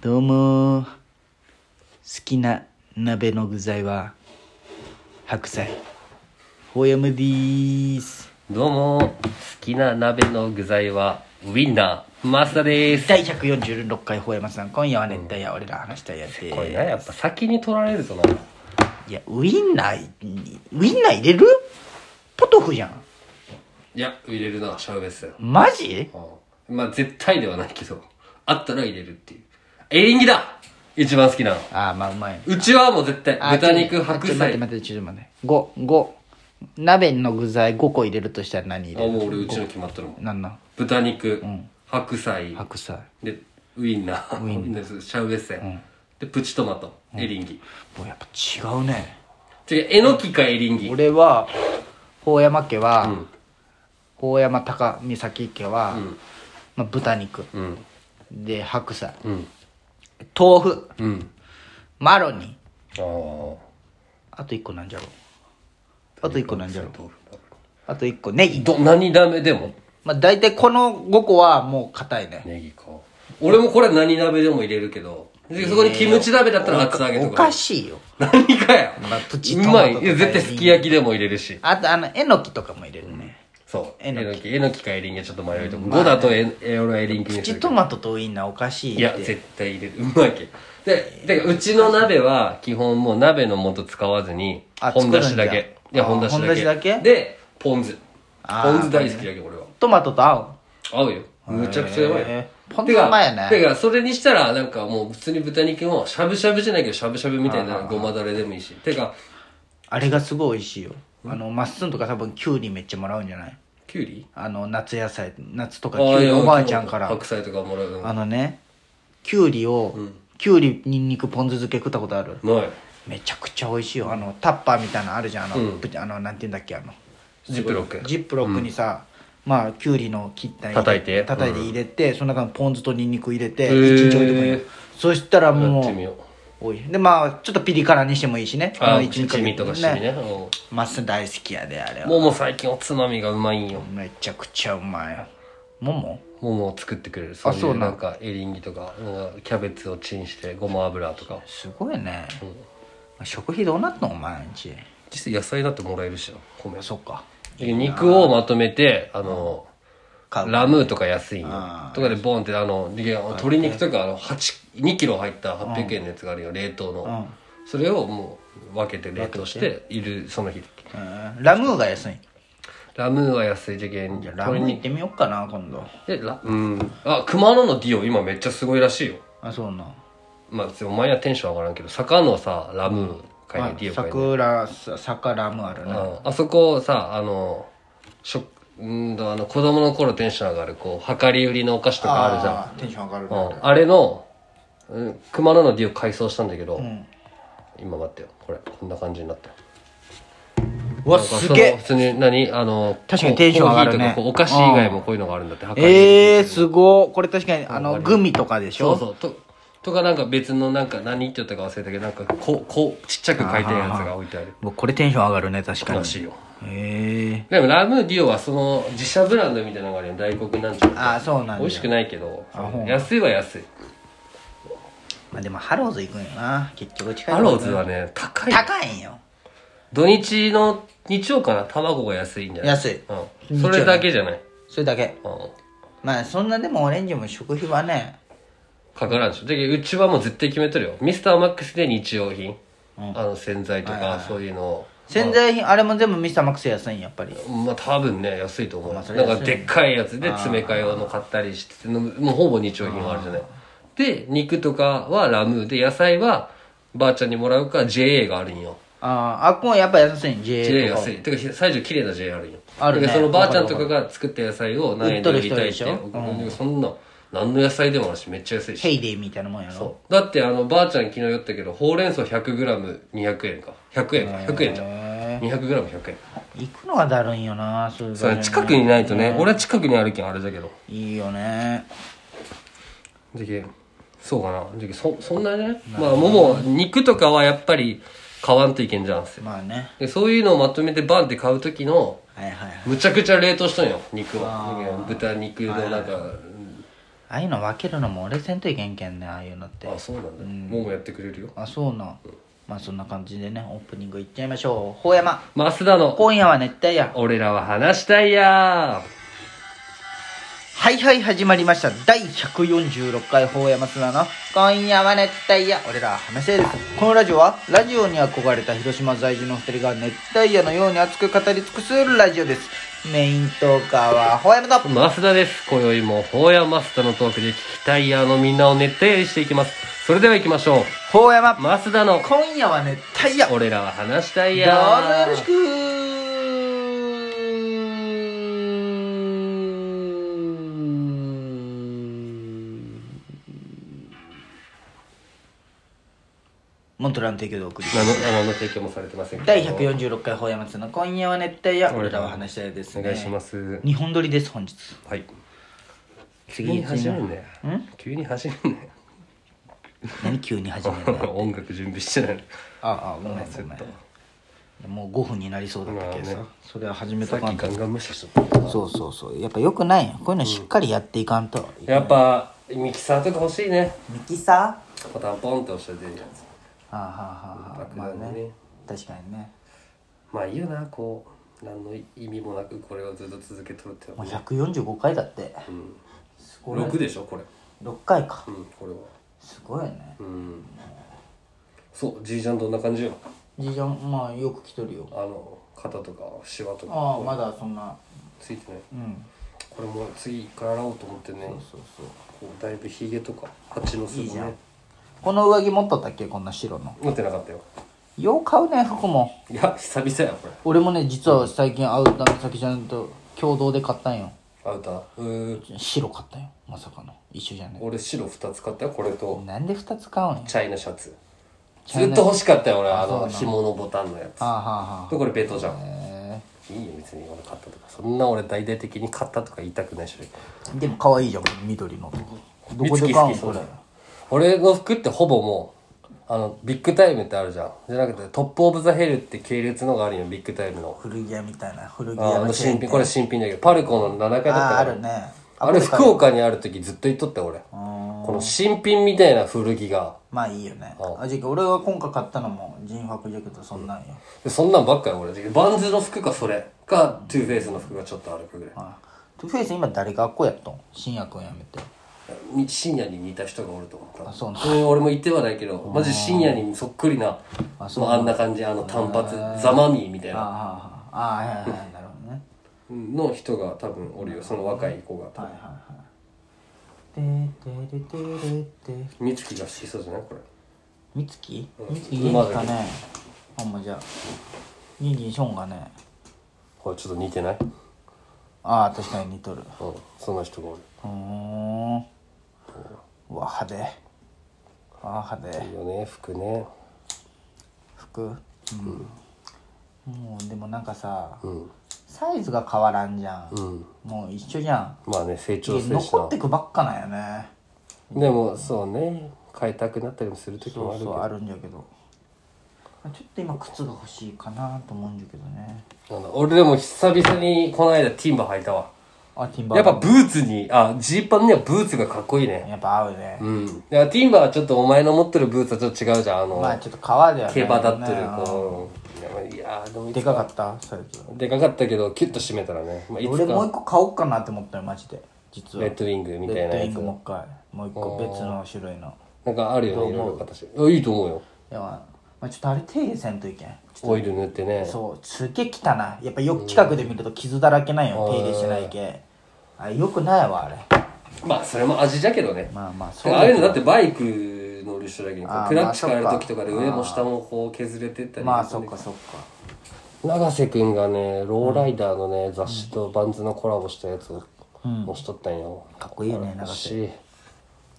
どうも好きな鍋の具材は白菜ほうやむでーすどうも好きな鍋の具材はウインナーマスターです第146回ほうやまさん今夜は熱帯夜俺ら話したいやつこれなやっぱ先に取られるとないやウインナーにウインナー入れるポトフやんいや入れるのはシャウベッセンマジうんまあ絶対ではないけどあったら入れるっていうエリンギだ一番好きなのああまあうまいねうちはもう絶対あ豚肉ちょっと待白っ菜てあ待ってちょっと待って五五鍋の具材5個入れるとしたら何入れるもう俺うちの決まっとるもんなんなん豚肉白菜白菜でウインナーでシャウベッセンでプチトマトエリンギもうやっぱ違うね違うえのきかエリンギ俺は法山家は、うん法山高見岬家は、んまあ、豚肉うんで白菜うん豆腐うんマロニあああと一個なんじゃろうあと一個なんじゃろう豆腐あと一個ネギど何鍋でもまあ大体この5個はもう硬いねネギか俺もこれ何鍋でも入れるけどでそこにキムチ鍋だったら厚揚げおとかかしいよ何かやまあプチうトマまトいとかいや絶対すき焼きでも入れるしあとあのえのきとかも入れるね、そうええののきえのきかエリンギはちょっと迷いとこ5だとええ俺はエリンギにプすチるトマトとウインナーおかしいっていや絶対入れるうまいけででうちの鍋は基本もう鍋の素使わずにあ本だしだけ作るんだいや本だしあだ本だけしだけでポン酢あポーン酢大好きだけど俺はトマトと合合うよむちゃくちゃうまいよへーポン酢うまいよねてかてかそれにしたらなんかもう普通に豚肉もしゃぶしゃぶじゃないけどしゃぶしゃぶみたいなごまだれでもいいしてかうあれがすごい美味しいよあのまっすんとか多分きゅうりめっちゃもらうんじゃないきゅうりあの夏野菜夏とかあきゅうりおばあちゃんから白菜とかもらうのあのねきゅうりを、きゅうりにんにくポン酢漬け食ったことあるないめちゃくちゃ美味しいよあのタッパーみたいなのあるじゃんあの,うんぶち、あのなんて言うんだっけあのジップロックジップロックにさ、まあきゅうりの切った叩いて叩いて入れて、その中にポン酢とにんにく入れてへー一日置いてもいいよそしたらやっもてみよううおいでまあちょっとピリ辛にしてもいいしねあの一日みとかしてみねうんマス大好きやであれはもも最近おつまみがうまいんよめちゃくちゃうまいよももももを作ってくれるそういそううななんんかエリンギとかなんかキャベツをチンしてごま油とかすごいね、食費どうなったのお前んち実際野菜だってもらえるしな米そっか肉をまとめてあの買うラムーとか安いんよあーとかでボンってあので鶏肉とかあの8 2キロ入った800円のやつがあるよ冷凍のそれをもう分けて冷凍しているその日だけうんラムーが安いラムーは安いじゃけんじゃあラムー行鶏っ肉てみようかな今度でラうんあ熊野のディオ今めっちゃすごいらしいよあそうなまあ別にお前にはテンション上がらんけど坂のさラムー買いにディオ買いに桜さ桜ラムあるなうんあそこさあのしょうんとあの子供の頃テンション上がるこう量り売りのお菓子とかあるじゃんあーテンション上がるなうんあれの、うん熊野の D を改装したんだけど、ん今待ってよこれこんな感じになったようわなんかすそのげえ普通に何あの確かにテンション上がるねコーヒーとかこうお菓子以外もこういうのがあるんだって量り売りえー、すごいこれ確かにあのグミとかでしそうょそうととかなんか別のなんか何って言ったか忘れたけどなんかこうこうちっちゃく書いてるやつが置いてあるもうこれテンション上がるね確かにらしいよへえでもラムディオはその自社ブランドみたいなのがあるよ大黒なんちゃってああそうなんだ美味しくないけどあほんま安いは安いまあでもハローズ行くんよな結局近いハローズはね高い高いんよ土日の日曜かな卵が安いんじゃない安いうん、それだけじゃない、それだけうん、まあそんなでもオレンジも食費はねかからんでしょでうちはもう絶対決めとるよミスターマックスで日用品、あの洗剤とかそういうのを洗剤品あれも全部ミスターマックス安いんやっぱりまあ多分ね安いと思う、まあそれな安んいねかでっかいやつで詰め替え用の買ったりしててもうほぼ日用品があるじゃないで肉とかはラムーで野菜はばあちゃんにもらうか JA があるんよあああっこんやっぱ安いん JA JA とか安いてか最初綺麗な JA あるんよあるねだからそのばあちゃんとかが作った野菜を何円で売りたいって売っとる人でそんな何の野菜でもあるしめっちゃ安いしヘイデイみたいなもんやろそうだってあのばあちゃん昨日言ったけどほうれん草 100g200 円か100円か100円じゃんへ 200g100 円行くのはだるいんよなそういうそ場所れね近くにないとね俺は近くにあるけんあれだけどいいよねじゃけそうかなじゃけそそんなねまあもも肉とかはやっぱり買わんといけんじゃんすよまあねでそういうのをまとめてバンって買う時のはいはいはいむちゃくちゃ冷凍しとんよ肉は豚肉のなんかああいうの分けるのも俺せんといけんけんねああいうのってあそうなんだ、もうもやってくれるよあそうなんまあそんな感じでねオープニングいっちゃいましょうほうやま増田の今夜は熱帯夜俺らは話したいやはいはい始まりました第146回ほうやまつなの今夜は熱帯夜俺らは話せですこのラジオはラジオに憧れた広島在住の二人が熱帯夜のように熱く語り尽くすラジオですメイントーカーはほうやまと増田です今宵もほうや増田のトークで聞きたいやのみんなを熱帯夜にしていきますそれでは行きましょうほうやま増田の今夜は熱帯夜俺らは話したいどうぞやよろしくモントラン提供でお送りします何の何の提供もされてませんけど第146回法山津の今夜は熱帯夜俺らは話したいですおね願いします日本撮りです本日はい急次に始めるねん急に始めるね何急に始めるの 音楽準備してないああごめんごセめットんもう5分になりそうだったけどさ、まあねそれは始めさとかっきんとガンガン無視しとったそうそうそうやっぱよくないよこういうのしっかりやっていかんと、やっぱミキサーとか欲しいねミキサーボタンポンって押して出るやつはあはあはあはあ爆まあ弾でねね確かにねまあいいよなこう何の意味もなくこれをずっと続けとるってのもはう145回だってうんすごい6でしょこれ6回かうんこれはすごいねうんそうじいちゃんどんな感じよじいちゃんまあよく来とるよあの肩とかシワとかああまだそんなついてないうんこれも次一回洗おうと思ってねそうそうそうこうだいぶヒゲとか蜂の巣いいもじゃんねこの上着持っとったっけこんな白の持ってなかったよよう買うね服もいや久々やこれ俺もね実は最近会うた美咲ちゃんと共同で買ったんよアウターうーん白買ったんよまさかの一緒じゃね俺白2つ買ったよこれとなんで2つ買うんよチャイナシャツチャずイナっと欲しかったよ俺あそうなのの紐のボタンのやつああはあではこれベトじゃあんへいいよ別に俺買ったとかそんな俺大々的に買ったとか言いたくないしえでも可愛いじゃんこの緑のどこで美買月好うんきそこうれだ俺の服ってほぼもうあのビッグタイムってあるじゃんじゃなくてトップオブザヘルって系列のがあるよビッグタイムの古着屋みたいな古着あ屋あののチェーン新店品これ新品だけどパルコの7階だったああかあらるねあれこ福岡にある時ずっと言っとったよ俺うーんこの新品みたいな古着がまあいいよねああじゃあ俺が今回買ったのもジンファクジャケットそんなんよ、でそんなんばっかよ俺バンズの服かそれかトゥーフェイスの服がちょっとあるかぐらいあトゥーフェイス今誰学校やっとん新也くんやめてに深夜に似た人がおると思ったあそうなうん俺も言ってはないけどマジ深夜にそっくりなああそうあ、んな感じあの短髪ザ・マミーみたいなああああああはいはいはいなるほどねの人が多分おるよその若い子が多はい分はいはいてーてーてーてーてー美月が好きそうじゃないこれみつきうんみつき元気かねほんまじゃあギンギンションがねほらちょっと似てないうんああ確かに似とるそんな人がおるうーんうわ派手ああ派手いいよね服ね服うん、もうでもなんかさうんサイズが変わらんじゃん、うんもう一緒じゃんまあね成長するし残なってくばっかなんよねでもそうね変えたくなったりもする時もそあうるそけどうあるんじゃけどちょっと今靴が欲しいかなと思うんじゃけどねなんだ俺でも久々にこの間ティンバー履いたわあティンバやーっぱブーツにあジーパンにはブーツがかっこいいねやっぱ合うね、うん。いや、ティンバーはちょっとお前の持ってるブーツはちょっと違うじゃん。あの、まあちょっと革ではない毛よね羽立ってる、こう。いや、でもいつでかかったサイズでかかったけど、キュッと締めたらね。まあ、い俺つもうか、一個買おうかなって思ったよマジで実はレッドウィングみたいなレッドウィやンつグ。もう一回もう一個別の種類のなんかあるよね、いろいろ形。あいいと思うよ。でも、まあ、ちょっとあれ手入れせんといけんオイル塗ってね。そうすっげえ汚いやっぱよく近くで見ると傷だらけなんよ、うん手入れしないけあよくないわあれまあ、それも味じゃけどね。まあまあああいうのだけってバイク乗る人だけに、こあーうクラッチ変えるまあそっか時とかで上も下もこう削れてったどり。まあそっかそっか永瀬くんがね、ローライダーのね、雑誌とバンズのコラボしたやつを押しとったんよ。かっこいいよね永瀬欲しい。てーてーてー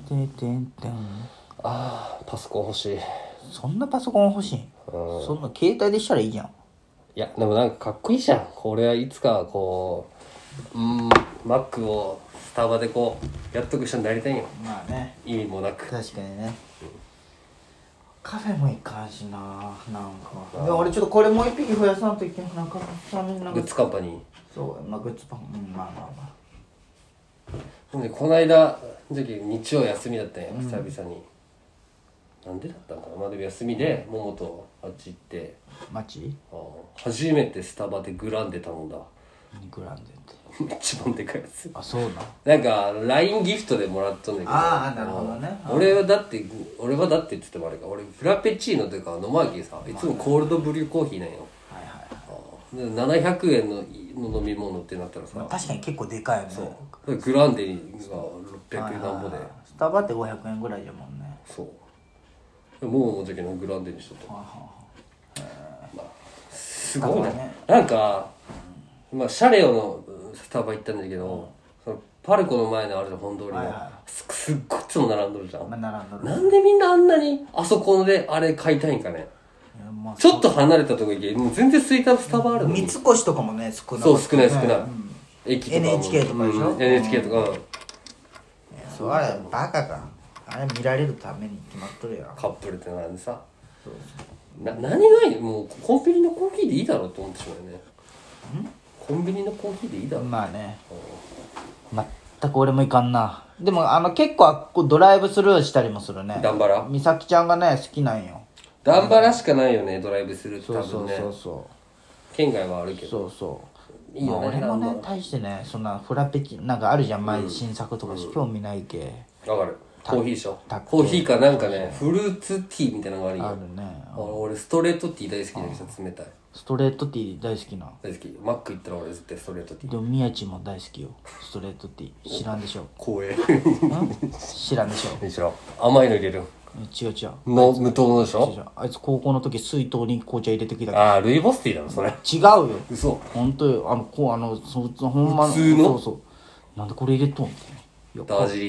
てーてーんああ、パソコン欲しい。そんなパソコン欲しいんそんな携帯でしたらいいじゃんいやでもなんかかっこいいじゃんこれはいつかこううんマックをスタバでこうやっとく人になりたいんよまあね意味もなく確かにねカフェも行かんしななんかでも俺ちょっとこれもう一匹増やさんといけんなんかダメなんグかッズカンパニーそうまあグッズパンうんまあまあまあほんでこの間の時日曜休みだったんや久々に、なんでだったんかなまあでも休みで桃とあっち行ってマチあー初めてスタバでグランデ頼んだ グランデって一番でかいやつあそうななんか LINE ギフトでもらっとんだけどあーなるほどねうん俺はだって俺はだってって言ってもあれか俺フラペチーノとか飲まんけさいつもコールドブリューコーヒーなんよはいはいはいで700円のの飲み物ってなったらさ確かに結構でかいよねグランデが600円なんぼでスタバって500円ぐらいじゃもんねそうもうの時のグランデにしとったははすごいなんかねねなんか、まあ、シャレオのうんスタバ行ったんだけど、そのパルコの前のあれの本通りの、はいはいすすっごいいつも並んどるじゃん、まあ並んどるなんでみんなあんなにあそこであれ買いたいんかねいやまあちょっと離れたとこ行けもう全然空いたスタバあるの三に越とかもね少ないそう少ない少ない、うん駅とかも NHK とかでしょうん NHK とか、ういんやそれはバカかあれ見られるために決まっとるやろカップルってなんでさな何がいいもうコンビニのコーヒーでいいだろうと思ってしまうよねコンビニのコーヒーでいいだろう、まあね全く俺もいかんなでもあの結構あっこドライブスルーしたりもするねダンバラ美咲ちゃんがね好きなんよダンバラしかないよねドライブするとそう多そ分うねそうそ県外はあるけうどそうそういいよねまあ俺もダンねバ大してねそんなフラペチなんかあるじゃん前新作とかし興味ないけわかるコーヒーでしょたコーヒーかなんかねフルーツティーみたいなのがあるあよるねあ俺ストレートティー大好きだけど冷たいストレートティー大好きな大好きマック行ったら俺絶対ストレートティーでも宮地も大好きよストレートティー知らんでしょ光栄知らんでしょでしょ甘いの入れる違う違うの無糖のでし違ょうあいつ高校の時水筒に紅茶入れてきたけああルイボスティーだろそれど違うよ嘘本当よあのこうあのそそほんま普通のそうそうなんでこれ入れとんっていやダージリ